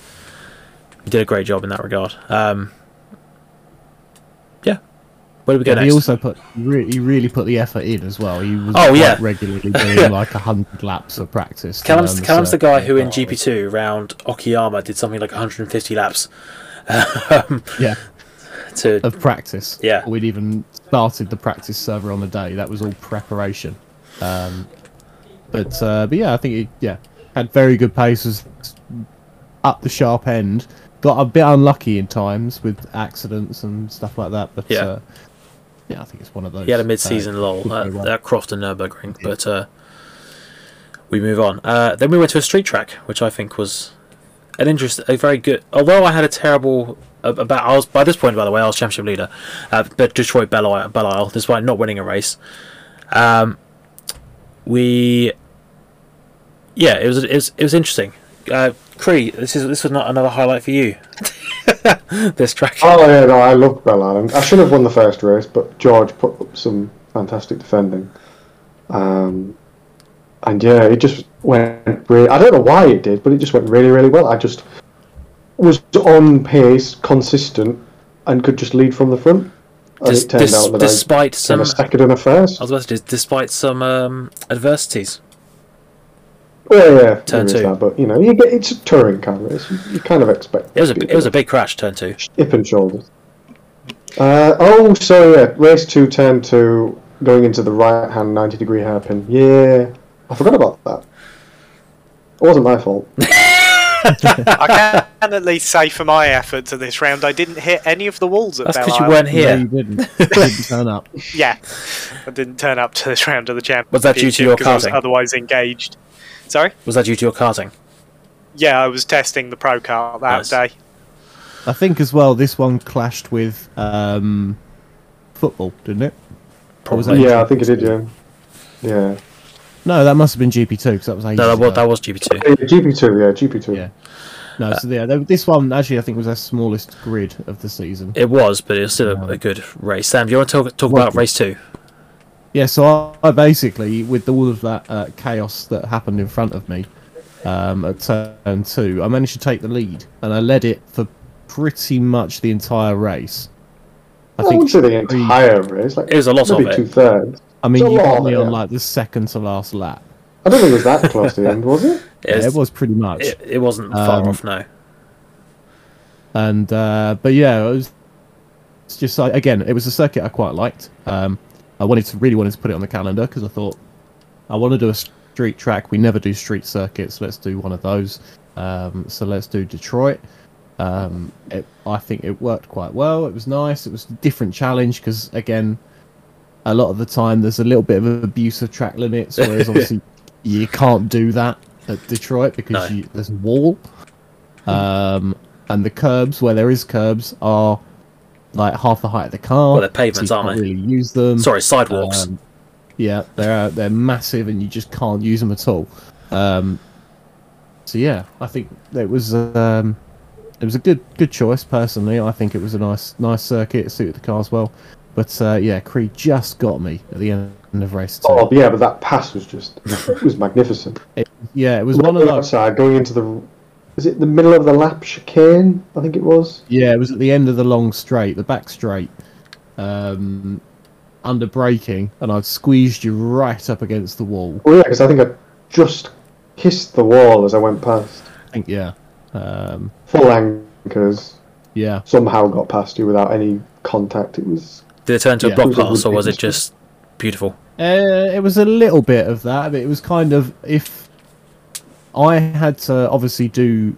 S2: he did a great job in that regard. Um, yeah, where do we go
S3: Yeah,
S2: next?
S3: he also put re- he really put the effort in as well. He was
S2: Oh,
S3: quite
S2: yeah. [laughs]
S3: regularly doing like a hundred laps of practice. to
S2: Callum's,
S3: learn
S2: Callum's the guy
S3: circuit.
S2: who in GP2 round Okiyama did something like 150 laps um,
S3: yeah
S2: to
S3: of practice.
S2: Yeah.
S3: we'd even started the practice server on the day. That was all preparation. Um, but uh, but yeah, I think he yeah had very good paces up the sharp end. Got a bit unlucky in times with accidents and stuff like that. But
S2: Yeah.
S3: uh, yeah, I think it's one of those.
S2: He had a mid-season
S3: uh,
S2: lull
S3: did
S2: at,
S3: very well.
S2: at Croft and Nurburgring, but uh, we move on. Uh, then we went to a street track, which I think was an interest, a very good. Although I had a terrible a- about, I was by this point, by the way, I was championship leader, uh, but Detroit Belle Isle, Belle Isle, despite not winning a race, Um, we, yeah, it was it was, it was interesting. Uh, Cree, this is this was not another highlight for you. [laughs] this track.
S4: Oh yeah, no, I love Bell Island. I should have won the first race, but George put up some fantastic defending. Um, and yeah, it just went. Really, I don't know why it did, but it just went really, really well. I just was on pace, consistent, and could just lead from the front. And
S2: Dis-
S4: it turned
S2: dis-
S4: out that
S2: despite
S4: I came
S2: some,
S4: a second and a first.
S2: I was about to say, despite some um, adversities.
S4: Yeah, yeah, there
S2: Turn
S4: is
S2: two.
S4: That, but you know, you get it's a touring car race. You, you kind of expect
S2: It was a
S4: to be
S2: it was a big crash turn two.
S4: hip and shoulders. Uh, oh, so yeah, race two, turn two, going into the right hand ninety degree hairpin. Yeah, I forgot about that. It wasn't
S2: [laughs]
S4: my fault.
S1: I can at least say for my efforts in this round, I didn't hit any of the walls at
S2: That's
S1: Belle
S2: because you
S1: Isle.
S2: weren't
S3: No, you
S2: here. [laughs]
S3: didn't. You didn't turn up.
S1: Yeah, I didn't turn up to this round of the championship.
S2: Was that due to your
S1: 'cause I was
S2: karting?
S1: Otherwise engaged. Sorry.
S2: Was that due to your karting?
S1: Yeah, I was testing the pro car that
S2: Nice.
S1: day.
S3: I think as well, this one clashed with um, football, didn't it? Or was that
S4: yeah, I think it did. Yeah, yeah.
S3: No, that must have been GP two because that was ages
S2: No, that was,
S3: ago.
S2: that was GP2.
S4: GP two, yeah, GP two.
S3: Yeah. No, so yeah, th- this one actually I think was our smallest grid of the season.
S2: It was, but it was still a, a good race. Sam, do you want to talk, talk
S3: Well
S2: about
S3: done.
S2: race two?
S3: Yeah, so I, I basically, with all of that uh, chaos that happened in front of me um, at turn two, I managed to take the lead, and I led it for pretty much the entire race. I
S4: I, wouldn't
S3: think,
S4: say the entire race. Like
S2: It was a lot
S4: maybe
S2: of it.
S4: two thirds.
S3: I mean,
S4: it's a
S3: you
S4: lot
S3: got
S4: of
S3: me
S4: it,
S3: on
S4: yeah.
S3: like the second to last lap.
S4: I don't think it was that close to the end,
S2: [laughs]
S4: was it?
S3: Yeah, it
S2: was,
S3: was pretty much.
S2: it, it wasn't far
S3: Um,
S2: off, no.
S3: and uh, but yeah, it was it's just like, again, it was a circuit I quite liked. Um, I wanted to really wanted to put it on the calendar because I thought I want to do a street track. We never do street circuits. Let's do one of those. Um, so let's do Detroit. Um, it, I think it worked quite well. It was nice. It was a different challenge because again, a lot of the time there's a little bit of abuse of track
S2: [laughs]
S3: limits, whereas obviously you can't do that at Detroit because
S2: No.
S3: you, there's a wall. Um, and the curbs where there is curbs are like half the height of the car.
S2: Well, they're pavements,
S3: so you
S2: aren't
S3: can't
S2: they?
S3: Really use them.
S2: Sorry, sidewalks.
S3: Um, yeah, they're uh, they're massive, and you just can't use them at all. Um, so yeah, I think it was um, it was a good good choice personally. I think it was a nice nice circuit, it suited the cars well. But uh, yeah, Creed just got me at the end of race two.
S4: Oh, yeah, but that pass
S2: [laughs]
S4: was just it was magnificent.
S3: yeah, it was one of
S4: Running
S3: those.
S4: outside, going into the is it the middle of the lap chicane? I think it was.
S3: Yeah, it was at the end of the long straight, the back straight, um, under braking, and I'd squeezed you right up against the wall.
S4: Well, Oh, yeah, because I think I just kissed the wall as I went past.
S3: I think yeah, um,
S4: Full anchors
S3: yeah.
S4: somehow got past you without any contact. It was
S2: Did it turn to
S3: yeah.
S2: a block
S4: It was a
S2: pass, or was it
S4: ridiculous-
S2: just beautiful?
S3: Uh, it was a little bit of that, but it was kind of if I had to obviously do,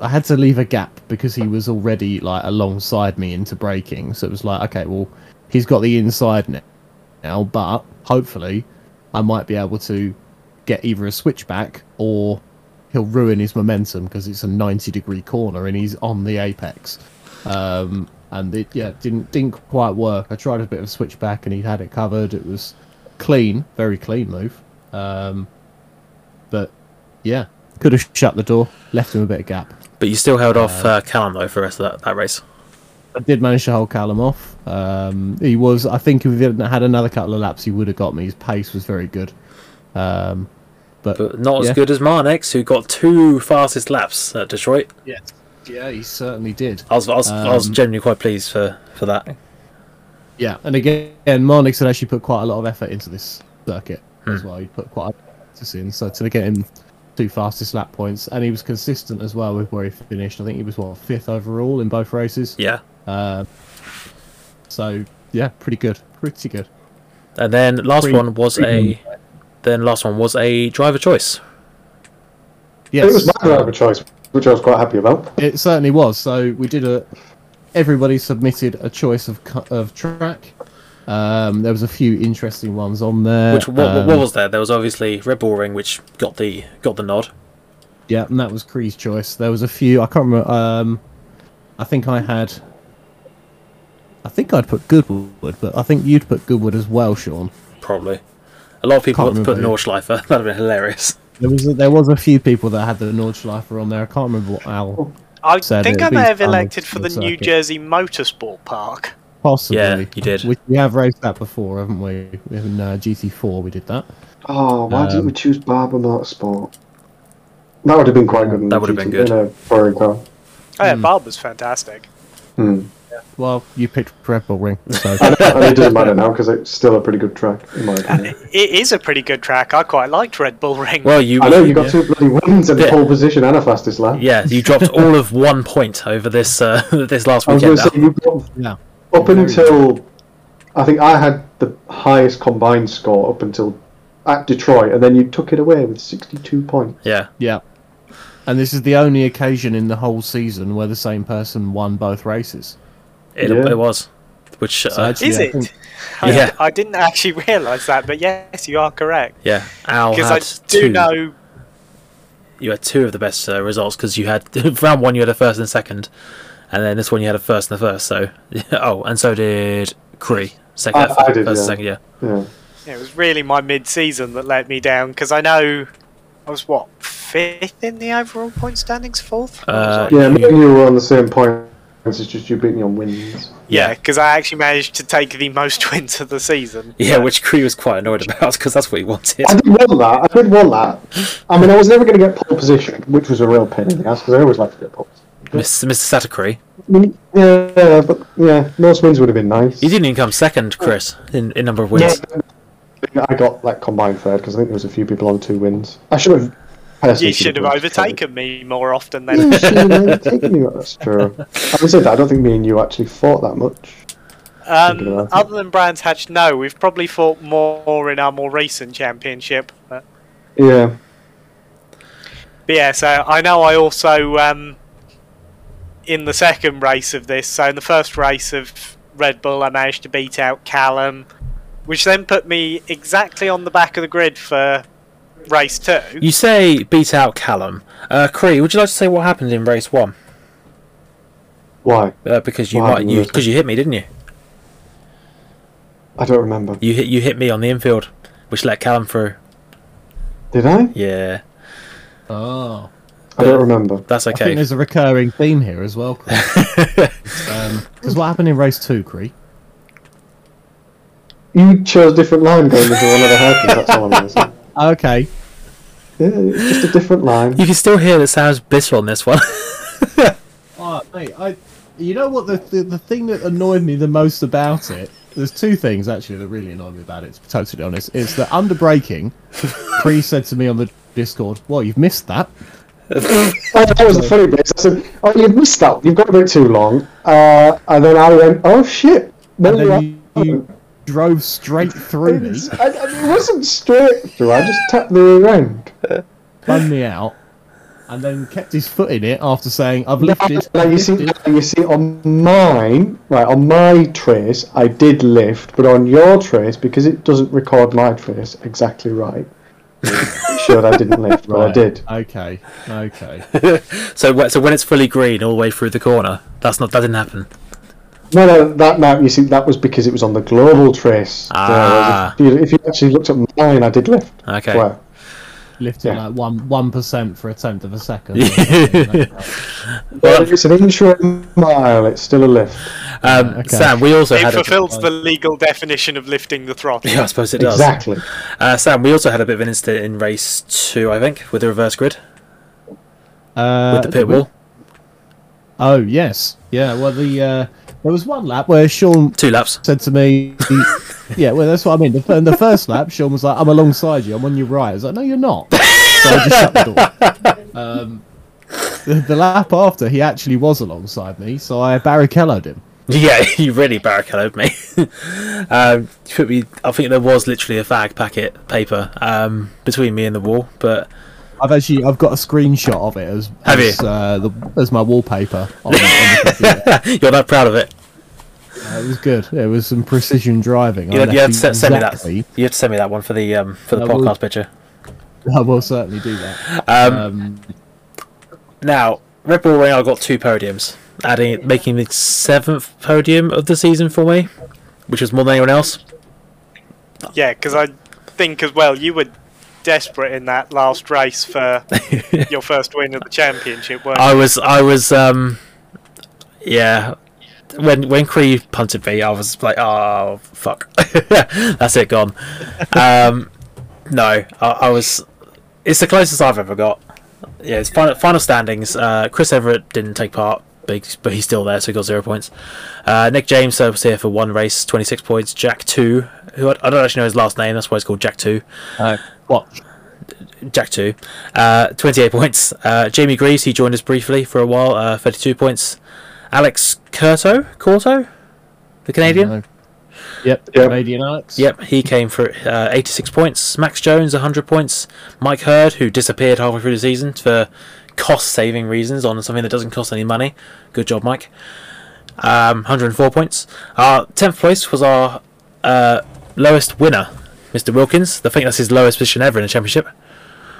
S3: I had to leave a gap because he was already like alongside me into braking. So it was like, okay, well, he's got the inside now, now but hopefully, I might be able to get either a switchback or he'll ruin his momentum because it's a ninety degree corner and he's on the apex. Um, and it yeah didn't didn't quite work. I tried a bit of switchback and he had it covered. It was clean, very clean move. Um, but yeah, could have shut the door, left him a bit of gap.
S2: But you still held off uh, Callum though for the rest of that, that race.
S3: I did manage to hold Callum off. Um, he was, I think, if he hadn't had another couple of laps, he would have got me. His pace was very good. Um, but,
S2: But not
S3: Yeah.
S2: as good as Marnix, who got two fastest laps at Detroit.
S3: yes, yeah, he certainly did.
S2: I was I was, I was
S3: Um,
S2: genuinely quite pleased for, for that.
S3: Yeah, and again, Marnix had actually put quite a lot of effort into this circuit
S2: Hmm.
S3: as well. He put quite a lot of practice in, so to get him two fastest lap points, and he was consistent as well with where he finished. I think he was what fifth overall in both races.
S2: Yeah.
S3: So yeah, pretty good, pretty good.
S2: And then last
S3: Pre-
S2: one was a then last one was a driver choice.
S3: Yes,
S4: it was my driver choice, which I was quite happy about.
S3: It certainly was. So we did a. Everybody submitted a choice of cu- of track. Um, there was a few interesting ones on there.
S2: Which what,
S3: um,
S4: Uh,
S2: what was there? There was obviously Red Bull Ring, which got the got the nod.
S3: Yeah, and that was Cree's choice. There was a few. I can't remember. Um, I think I had. I think I'd put Goodwood, but I think you'd put Goodwood as well, Sean.
S2: Probably. A lot of people
S3: Can't
S2: want to put
S3: remember.
S2: Nordschleifer. [laughs] That'd be hilarious.
S3: There was a, there was a few people that had the Nordschleifer on there. I can't remember what Al
S1: I
S3: Said
S1: think
S3: it
S1: I may
S3: beats
S1: have
S3: Arnold
S1: elected for the New
S3: Schwarzenegger.
S1: Jersey Motorsport Park.
S3: possibly.
S2: Yeah, you did.
S3: We, we have raced that before, haven't we? In uh, GT4, we did that.
S4: Oh, why didn't
S3: Um,
S4: we choose Barber Motorsport? That would have been quite good. in
S2: That
S4: a
S2: would have been
S4: GT
S2: good.
S4: In a foreign car.
S2: Hmm.
S1: Oh, yeah, Barb was fantastic.
S4: Hmm.
S3: Well, you picked Red Bull Ring,
S2: [laughs]
S3: so
S4: I know- and it doesn't matter now because it's still a pretty good track, in my opinion.
S1: It is a pretty good track. I quite liked Red Bull Ring.
S2: Well, you.
S4: I know you got
S2: yeah.
S4: two bloody wins and
S2: Yeah.
S4: a pole position and a fastest lap.
S2: Yeah, you dropped all of one point over this uh, [laughs] this last
S4: I was
S2: weekend.
S4: going to say you got
S3: yeah.
S4: up until I think I had the highest combined score up until at Detroit, and then you took it away with sixty-two points.
S2: yeah,
S3: Yeah. And this is the only occasion in the whole season where the same person won both races.
S2: it,
S4: Yeah.
S2: it was. Which uh,
S3: actually-
S1: is
S3: yeah, I
S1: it?
S3: think-
S1: I,
S2: Yeah.
S1: I didn't actually [laughs] realise that, but yes, you are correct.
S2: yeah, Al
S1: Because
S2: had
S1: I do
S2: two.
S1: know.
S2: You had two of the best uh, results because you had [laughs] round one you had a first and a second, and then this one you had a first and a first. So [laughs] oh, and so did Cree. Second,
S4: I-
S2: uh,
S4: I did,
S2: first,
S4: yeah.
S2: second, yeah.
S4: Yeah,
S1: It was really my mid season that let me down because I know I was, what, fifth in the overall point standings? Fourth? What was I?
S2: Uh,
S4: yeah. Me and you were on the same points. It's just you beat me on wins.
S1: Yeah,
S2: Yeah.
S1: because I actually managed to take the most [laughs] wins of the season.
S2: Yeah, which Cree was quite annoyed [laughs] about because that's what he wanted.
S4: I did want that. I did want that. I mean, I was never going to get pole position, which was a real pain in the ass because I always like to get pole. position.
S2: Mr. Mr. Sattercree.
S4: I mean, yeah, yeah, but yeah, most wins would have been nice.
S2: You didn't even come second, Chris, in, in number of wins.
S4: I got like combined third because I think there was a few people on two wins. I should have. personally
S1: You should have
S4: won.
S1: overtaken me more often
S4: Yeah,
S1: than.
S4: you should have overtaken me. That's true. Having said that, I don't think me and you actually fought that much. Thinking
S1: [laughs] Um,
S4: about it.
S1: other than Brands Hatch, no, we've probably fought more in our more recent championship. Uh, But,
S4: Yeah.
S1: but yeah, so I know I also um, in the second race of this. So in the first race of Red Bull, I managed to beat out Callum, which then put me exactly on the back of the grid for race two.
S2: You say beat out Callum. Uh, Cree, would you like to say what happened in race one?
S4: Why?
S2: Uh, because you
S4: What
S2: might
S4: happened
S2: you
S4: with-
S2: because you hit me, didn't you?
S4: I don't remember.
S2: You hit you hit me on the infield, which let Callum through.
S4: Did I?
S2: Yeah,
S3: Oh.
S4: I don't remember.
S2: that's
S3: I think
S2: okay.
S3: there's a recurring theme here as
S2: [laughs]
S3: well, Chris. Because what happened in race two, Cree?
S4: You chose a different line going into one of the hairpins. That's all I'm going to say.
S3: Okay.
S4: Yeah, it's just a different line.
S2: you can still hear that Sam's bitter on this one. [laughs]
S3: Oh, mate, I, you know what? The, the, the thing that annoyed me the most about it, there's two things actually that really annoyed me about it, to be totally honest. It's that under braking, Cree said to me on the Discord, Well, you've missed that.
S4: Oh, that was the funny bit. I said, "Oh, you've missed that. You've got a bit too long." Uh, and then I went, "Oh shit!"
S3: And
S4: you're
S3: then you, you drove straight through me,
S4: It's- I, I mean, it wasn't straight through. I just tapped the rear end.
S3: spun me out, and then kept his foot in it after saying, I've lifted.
S4: Now you see,
S3: lifted."
S4: now you see, on mine, right, on my trace, I did lift, but on your trace, because it doesn't record my trace exactly right, it showed I didn't lift, but Oh, I
S3: Right,
S4: did.
S3: Okay, okay.
S2: so wh- so when it's fully green all the way through the corner, that's not that didn't
S3: [laughs]
S2: happen.
S4: No, no, that now you see, that was because it was on the global trace. So
S2: Ah.
S4: if, you, if you actually looked at mine, I did lift.
S2: Okay.
S4: Well,
S3: Lifted
S4: Yeah.
S3: like one one percent for a tenth of a second.
S4: well, if it's an inch or a mile, it's still a lift.
S2: Um,
S3: okay.
S2: Sam, we also
S1: It
S2: had a,
S1: fulfills the legal definition of lifting the throttle.
S2: [laughs] yeah, I suppose it does.
S4: Exactly.
S2: Uh, Sam, we also had a bit of an incident in race two, I think, with the reverse grid
S3: [laughs] Uh,
S2: with the pit wall.
S3: Oh yes, yeah. Well, the uh, there was one lap where Sean
S2: Two laps. [laughs]
S3: said to me, [laughs] "Yeah, well, that's what I mean." The, in the first lap, Sean was like, "I'm alongside you. I'm on your right." I was like, "No, you're not." [laughs] So I just shut the door. Um, the, the lap after, he actually was alongside me, so I barricaded him.
S2: Yeah, you really barricaded me. [laughs] um, put me. I think there was literally a fag packet paper um, between me and the wall, but [laughs]
S3: I've actually I've got a screenshot of it as
S2: Have
S3: as,
S2: you?
S3: Uh, the, as my wallpaper. On, on the computer.
S2: you're not proud of it.
S3: Uh, it was good. It was some precision driving. I
S2: You, you
S3: left
S2: had to se- send
S3: Oh, exactly- [laughs]
S2: me that. You had to send me that one for the um, for the
S3: I
S2: podcast
S3: will.
S2: picture.
S3: I will certainly do that.
S2: Um,
S3: Um,
S2: Now, Red Bull Ring, I got two podiums, adding making the seventh podium of the season for me, which was more than anyone else.
S1: Yeah, because I think as well you were desperate in that last race
S3: [laughs]
S1: for your first win of the championship, weren't
S3: Oh.
S2: I was, I was, um, yeah. When when Cree punted me, I was like, oh fuck, [laughs] that's it, gone. um, no, I, I was. It's the closest I've ever got. Yeah, it's final, final standings. Uh, Chris Everett didn't take part, but he's, but he's still there, so he got zero points. Uh, Nick James uh, was here for one race, twenty six points. Jack Two, who I, I don't actually know his last name, that's why it's called Jack Two.
S3: Uh, what?
S2: Jack two, uh, twenty eight points. Uh, Jamie Greaves he joined us briefly for a while, uh, thirty two points. Alex Curto, Corto, the Canadian.
S3: No. Yep,
S4: Yep.
S3: Canadian Alex.
S2: Yep, he came for uh, 86 points. Max Jones, 100 points. Mike Hurd, who disappeared halfway through the season for cost saving reasons on something that doesn't cost any money. Good job, Mike. Um, 104 points. Our 10th place was our uh, lowest winner, Mr. Wilkins. I think that's his lowest position ever in a championship.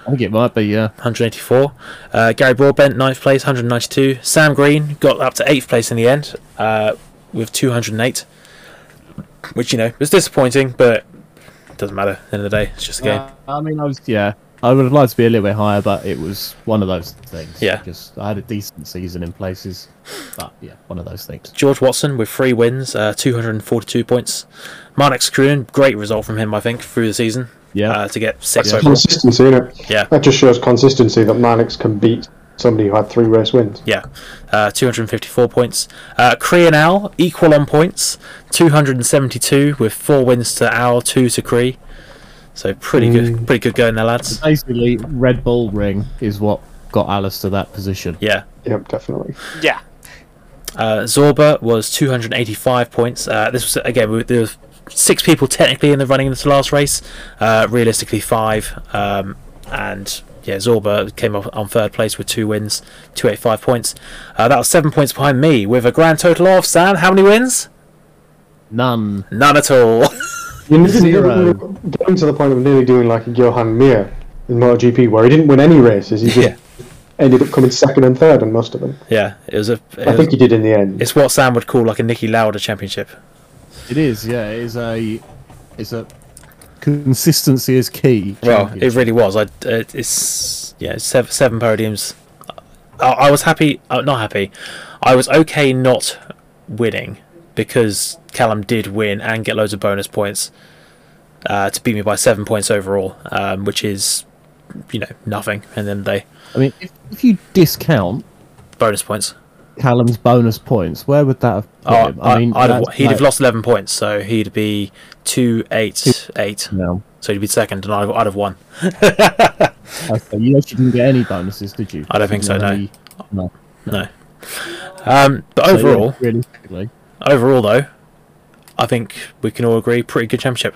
S3: I think it might be. Yeah,
S2: 184. Uh, Gary Broadbent, ninth place, 192. Sam Green got up to 8th place in the end uh, with 208, which, you know, was disappointing, but it doesn't matter. At the end of the day, it's just a game.
S3: Uh, I mean, I was yeah. I would have liked to be a little bit higher, but it was one of those things.
S2: Yeah.
S3: because I had a decent season in places, but yeah, one of those things.
S2: George Watson with three wins, uh, 242 points. Marnix Kroon, great result from him, I think, through the season.
S3: Yeah.
S2: Uh, to get six overall.
S4: Consistency, innit?
S2: Yeah.
S4: That just shows consistency that Mannix can beat somebody who had three race wins.
S2: Yeah, uh, 254 points. Uh, Cree and Owl equal on points, 272 with four wins to Owl, two to Cree. So pretty good, pretty good going there, lads.
S3: Basically, Red Bull Ring is what got Alice to that position.
S2: Yeah,
S4: Yep, definitely.
S1: you? Yeah.
S2: uh, Zorba was 285 points. Uh, this was again we, there was six people technically in the running in this last race. Uh, realistically, five. Um, and yeah, Zorba came up on third place with two wins, 285 points. Uh, that was seven points behind me with a grand total of Sam. How many wins?
S3: None.
S2: None at all. [laughs]
S4: You nearly
S3: Zero.
S4: getting to the point of nearly doing like a Johan Mir in MotoGP, where he didn't win any races. He just
S2: Yeah.
S4: ended up coming second and third in most of them.
S2: Yeah, it was a. it
S4: I
S2: was-
S4: think he did in the end.
S2: it's what Sam would call like a Nicky Lauda championship.
S3: It is. Yeah, it is a. It's a consistency is key.
S2: Well, it
S3: Champions.
S2: really was. I it, it's yeah, it's seven, seven podiums. I, I was happy, uh, not happy. I was okay not winning because Callum did win and get loads of bonus points uh, to beat me by seven points overall, um, which is you know nothing. And then they
S3: I mean, if, if you discount
S2: bonus points.
S3: Callum's bonus points, where would that have put
S2: Oh,
S3: him? I mean,
S2: I, would have,
S3: that's
S2: he'd have
S3: like-
S2: lost eleven points, so he'd be two eight eight.
S3: No.
S2: So he'd be second, and I'd, I'd have won.
S3: Okay, you actually didn't get any bonuses, did you?
S2: I don't think so, no.
S3: Any- No.
S2: No. Um, but
S3: So, yeah,
S2: overall,
S3: realistically,
S2: overall though, I think we can all agree pretty good championship.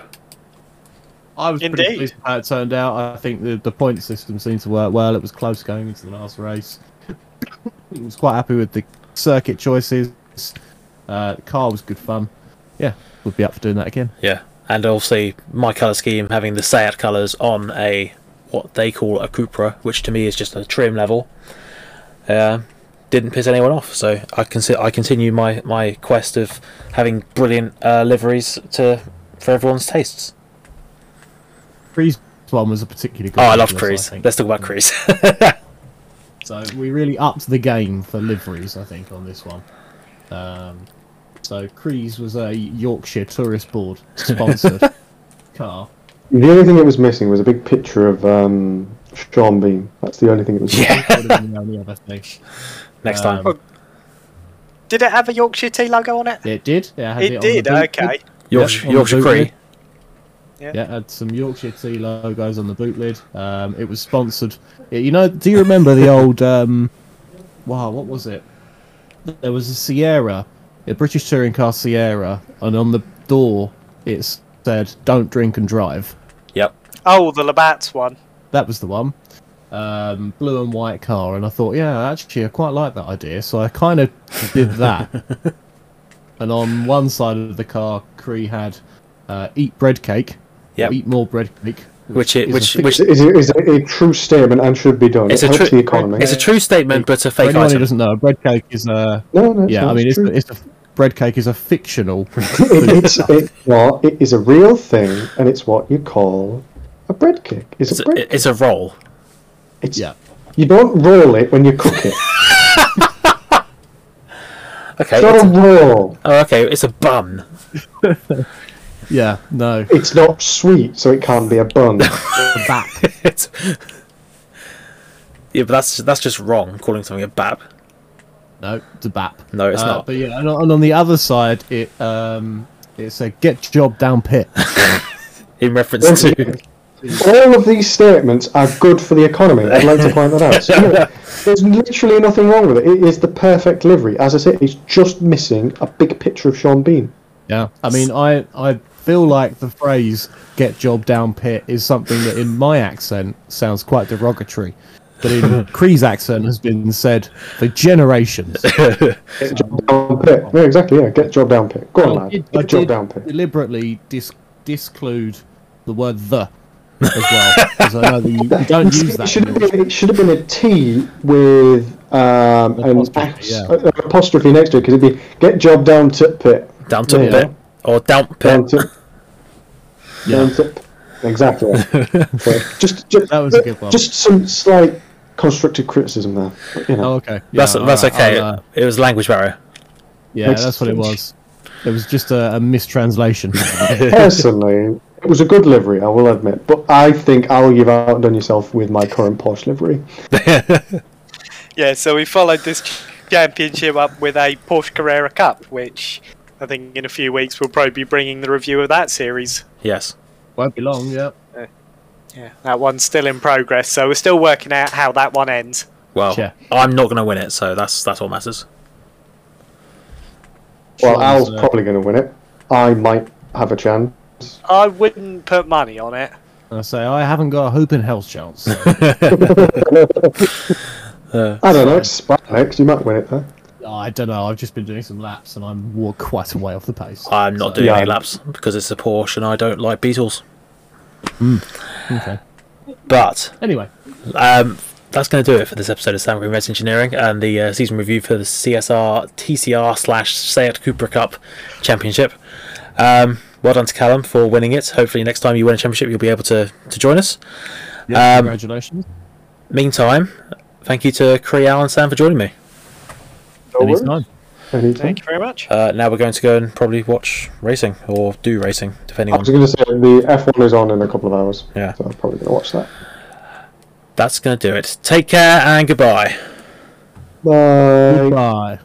S3: I was pretty
S1: Indeed.
S3: pleased with how it turned out. I think the, the point system seemed to work well. It was close going into the last race. [coughs] I was quite happy with the circuit choices. Uh, the car was good fun. Yeah, would be up for doing that again.
S2: Yeah. And obviously my colour scheme having the Sayat colours on a what they call a Cupra, which to me is just a trim level. Uh, didn't piss anyone off, so I consi- I continue my, my quest of having brilliant uh, liveries to for everyone's tastes.
S3: Cree's one was a particularly good
S2: Oh, I love
S3: one for
S2: Cruise.
S3: us, think.
S2: Let's talk about Cruise. [laughs]
S3: So we really upped the game for liveries, I think, on this one. Um, so Crees was a Yorkshire Tourist Board
S1: [laughs]
S3: sponsored car.
S4: The only thing it was missing was a big picture of um, Sean Beam. That's the only thing it was.
S2: yeah.
S3: That would have been the only other thing.
S2: Next
S3: Um,
S2: time.
S1: Did it have a Yorkshire Tea logo on it?
S3: It did. Yeah, had it,
S1: it,
S3: on the
S1: did.
S3: boot.
S1: Okay.
S2: Yorkshire,
S3: on the
S2: Yorkshire
S3: boot
S2: Cree.
S3: lid. Yeah, had some Yorkshire Tea logos on the boot lid. Um, it was sponsored. Yeah, you know, do you remember the old? Um, wow, what was it? There was a Sierra, a British touring car Sierra, and on the door it said "Don't drink and drive."
S2: Yep.
S1: Oh, the Labatt's one.
S3: That was the one. Um, blue and white car, and I thought, yeah, actually, I quite like that idea. So I kind of
S2: [laughs]
S3: did that. and on one side of the car, Cree had uh, eat bread cake.
S2: Yep.
S3: Eat more bread cake.
S2: Which it,
S3: is a
S2: which
S3: thing-
S2: which
S4: Is, is, is a, a true statement and should be done.
S2: It's
S4: it
S2: a
S4: helps
S2: true-
S4: the economy.
S2: it's a true statement, but a
S3: For
S2: fake
S3: anyone who
S2: item.
S3: doesn't know, bread cake is a
S4: no, no, it's
S3: yeah.
S4: not,
S3: I mean, it's
S4: true.
S3: it's a, bread cake is
S2: [laughs]
S3: a fictional. [laughs]
S4: It, it's it, well, it is a real thing, and it's what you call a bread cake. It's,
S2: It's
S4: a bread.
S2: a, it's a roll.
S4: it's,
S3: yeah.
S4: You don't roll it when you cook
S2: [laughs]
S4: it.
S2: Okay.
S4: It's
S2: it's
S4: not a roll.
S2: oh, okay. It's a bun. [laughs]
S3: Yeah. No.
S4: It's not sweet, so it can't be
S3: [laughs]
S4: a bun.
S3: Bat.
S2: It's- yeah, but that's that's just wrong. Calling something a bab.
S3: No, it's a bap.
S2: No, it's
S3: Uh,
S2: not.
S3: But yeah, and on, and on the other side, it um, it's a get job down pit.
S2: In reference to
S4: All of these statements are good for the economy. I'd like
S3: [laughs]
S4: to point that out. So, you know, there's literally nothing wrong with it. It is the perfect livery. As I say, it's just missing a big picture of Sean Bean.
S3: Yeah. I mean, I I feel like the phrase "get job down pit" is something that, in my accent, sounds quite derogatory,
S2: [laughs]
S3: but in Cree's accent, has been said for [laughs] generations.
S4: Get job down pit. Yeah, exactly. Yeah, get job down pit. Go on,
S3: I
S4: lad.
S3: did- I
S4: Get job
S3: did
S4: down pit.
S3: Deliberately dis- disclude the word "the" as well, because I know that [laughs] you, you don't use
S4: It
S3: that.
S4: should
S3: in
S4: have
S3: English.
S4: been. It should have been a T with um, an
S3: Apostrophe,
S4: apostrophe,
S3: yeah.
S4: an apostrophe next to it because it'd be get job down tit pit.
S2: down to
S4: Yeah.
S2: pit or down
S4: Down
S2: pit.
S4: tit. Down tit.
S3: [laughs]
S4: Exactly. Okay. Just, just
S3: That was a good one.
S4: Just some slight constructive criticism there. You know.
S3: Oh, okay.
S2: [laughs] That's
S3: Yeah,
S2: that's
S3: alright,
S2: okay.
S3: I'll, uh,
S2: it was a language barrier.
S3: yeah,
S4: Makes
S3: that's what it was.
S4: sense.
S3: It was just a, a
S2: [laughs]
S3: mistranslation. [laughs]
S4: Personally, it was a good livery, I will admit, but I think Al, you've outdone yourself with my current Porsche livery.
S1: Yeah, so we followed this ch- championship up with a Porsche Carrera Cup, which I think in a few weeks we'll probably be bringing the review of that series.
S2: Yes.
S3: Won't be long. Yeah.
S1: Yeah, that one's still in progress, so we're still working out how that one ends.
S2: Well,
S3: Sure.
S2: I'm not going to win it, so that's that's all matters.
S4: Well,
S3: Sean's,
S4: Al's
S3: uh,
S4: probably going to win it. I might have a chance.
S1: I wouldn't put money on it.
S3: I say I haven't got a hoop in hell's chance. so
S4: I don't know, it's Spa next, you might win it there.
S3: I don't know. I've just been doing some laps and I'm wa- quite a way off the pace.
S2: I'm not
S3: So,
S2: doing
S4: Yeah.
S2: any laps because it's a Porsche and I don't like Beatles.
S3: Hmm. okay.
S2: But
S3: Anyway,
S2: um, that's going to do it for this episode of Sam Green Reds Engineering and the uh, season review for the CSR TCR slash Seat Cooper Cup Championship. Um, well done to Callum for winning it. Hopefully, next time you win a championship, you'll be able to, to join us.
S3: congratulations.
S2: Meantime, thank you to Cree, Al, and Sam for joining me.
S3: Anytime.
S4: Anytime.
S1: Thank you very much.
S2: Uh, now we're going to go and probably watch racing or do racing, depending
S4: I
S2: on.
S4: was going to say the F1 is on in a couple of hours.
S2: Yeah.
S4: So I'm probably going to watch that.
S2: That's going to do it. Take care and goodbye.
S4: Bye.
S3: Bye.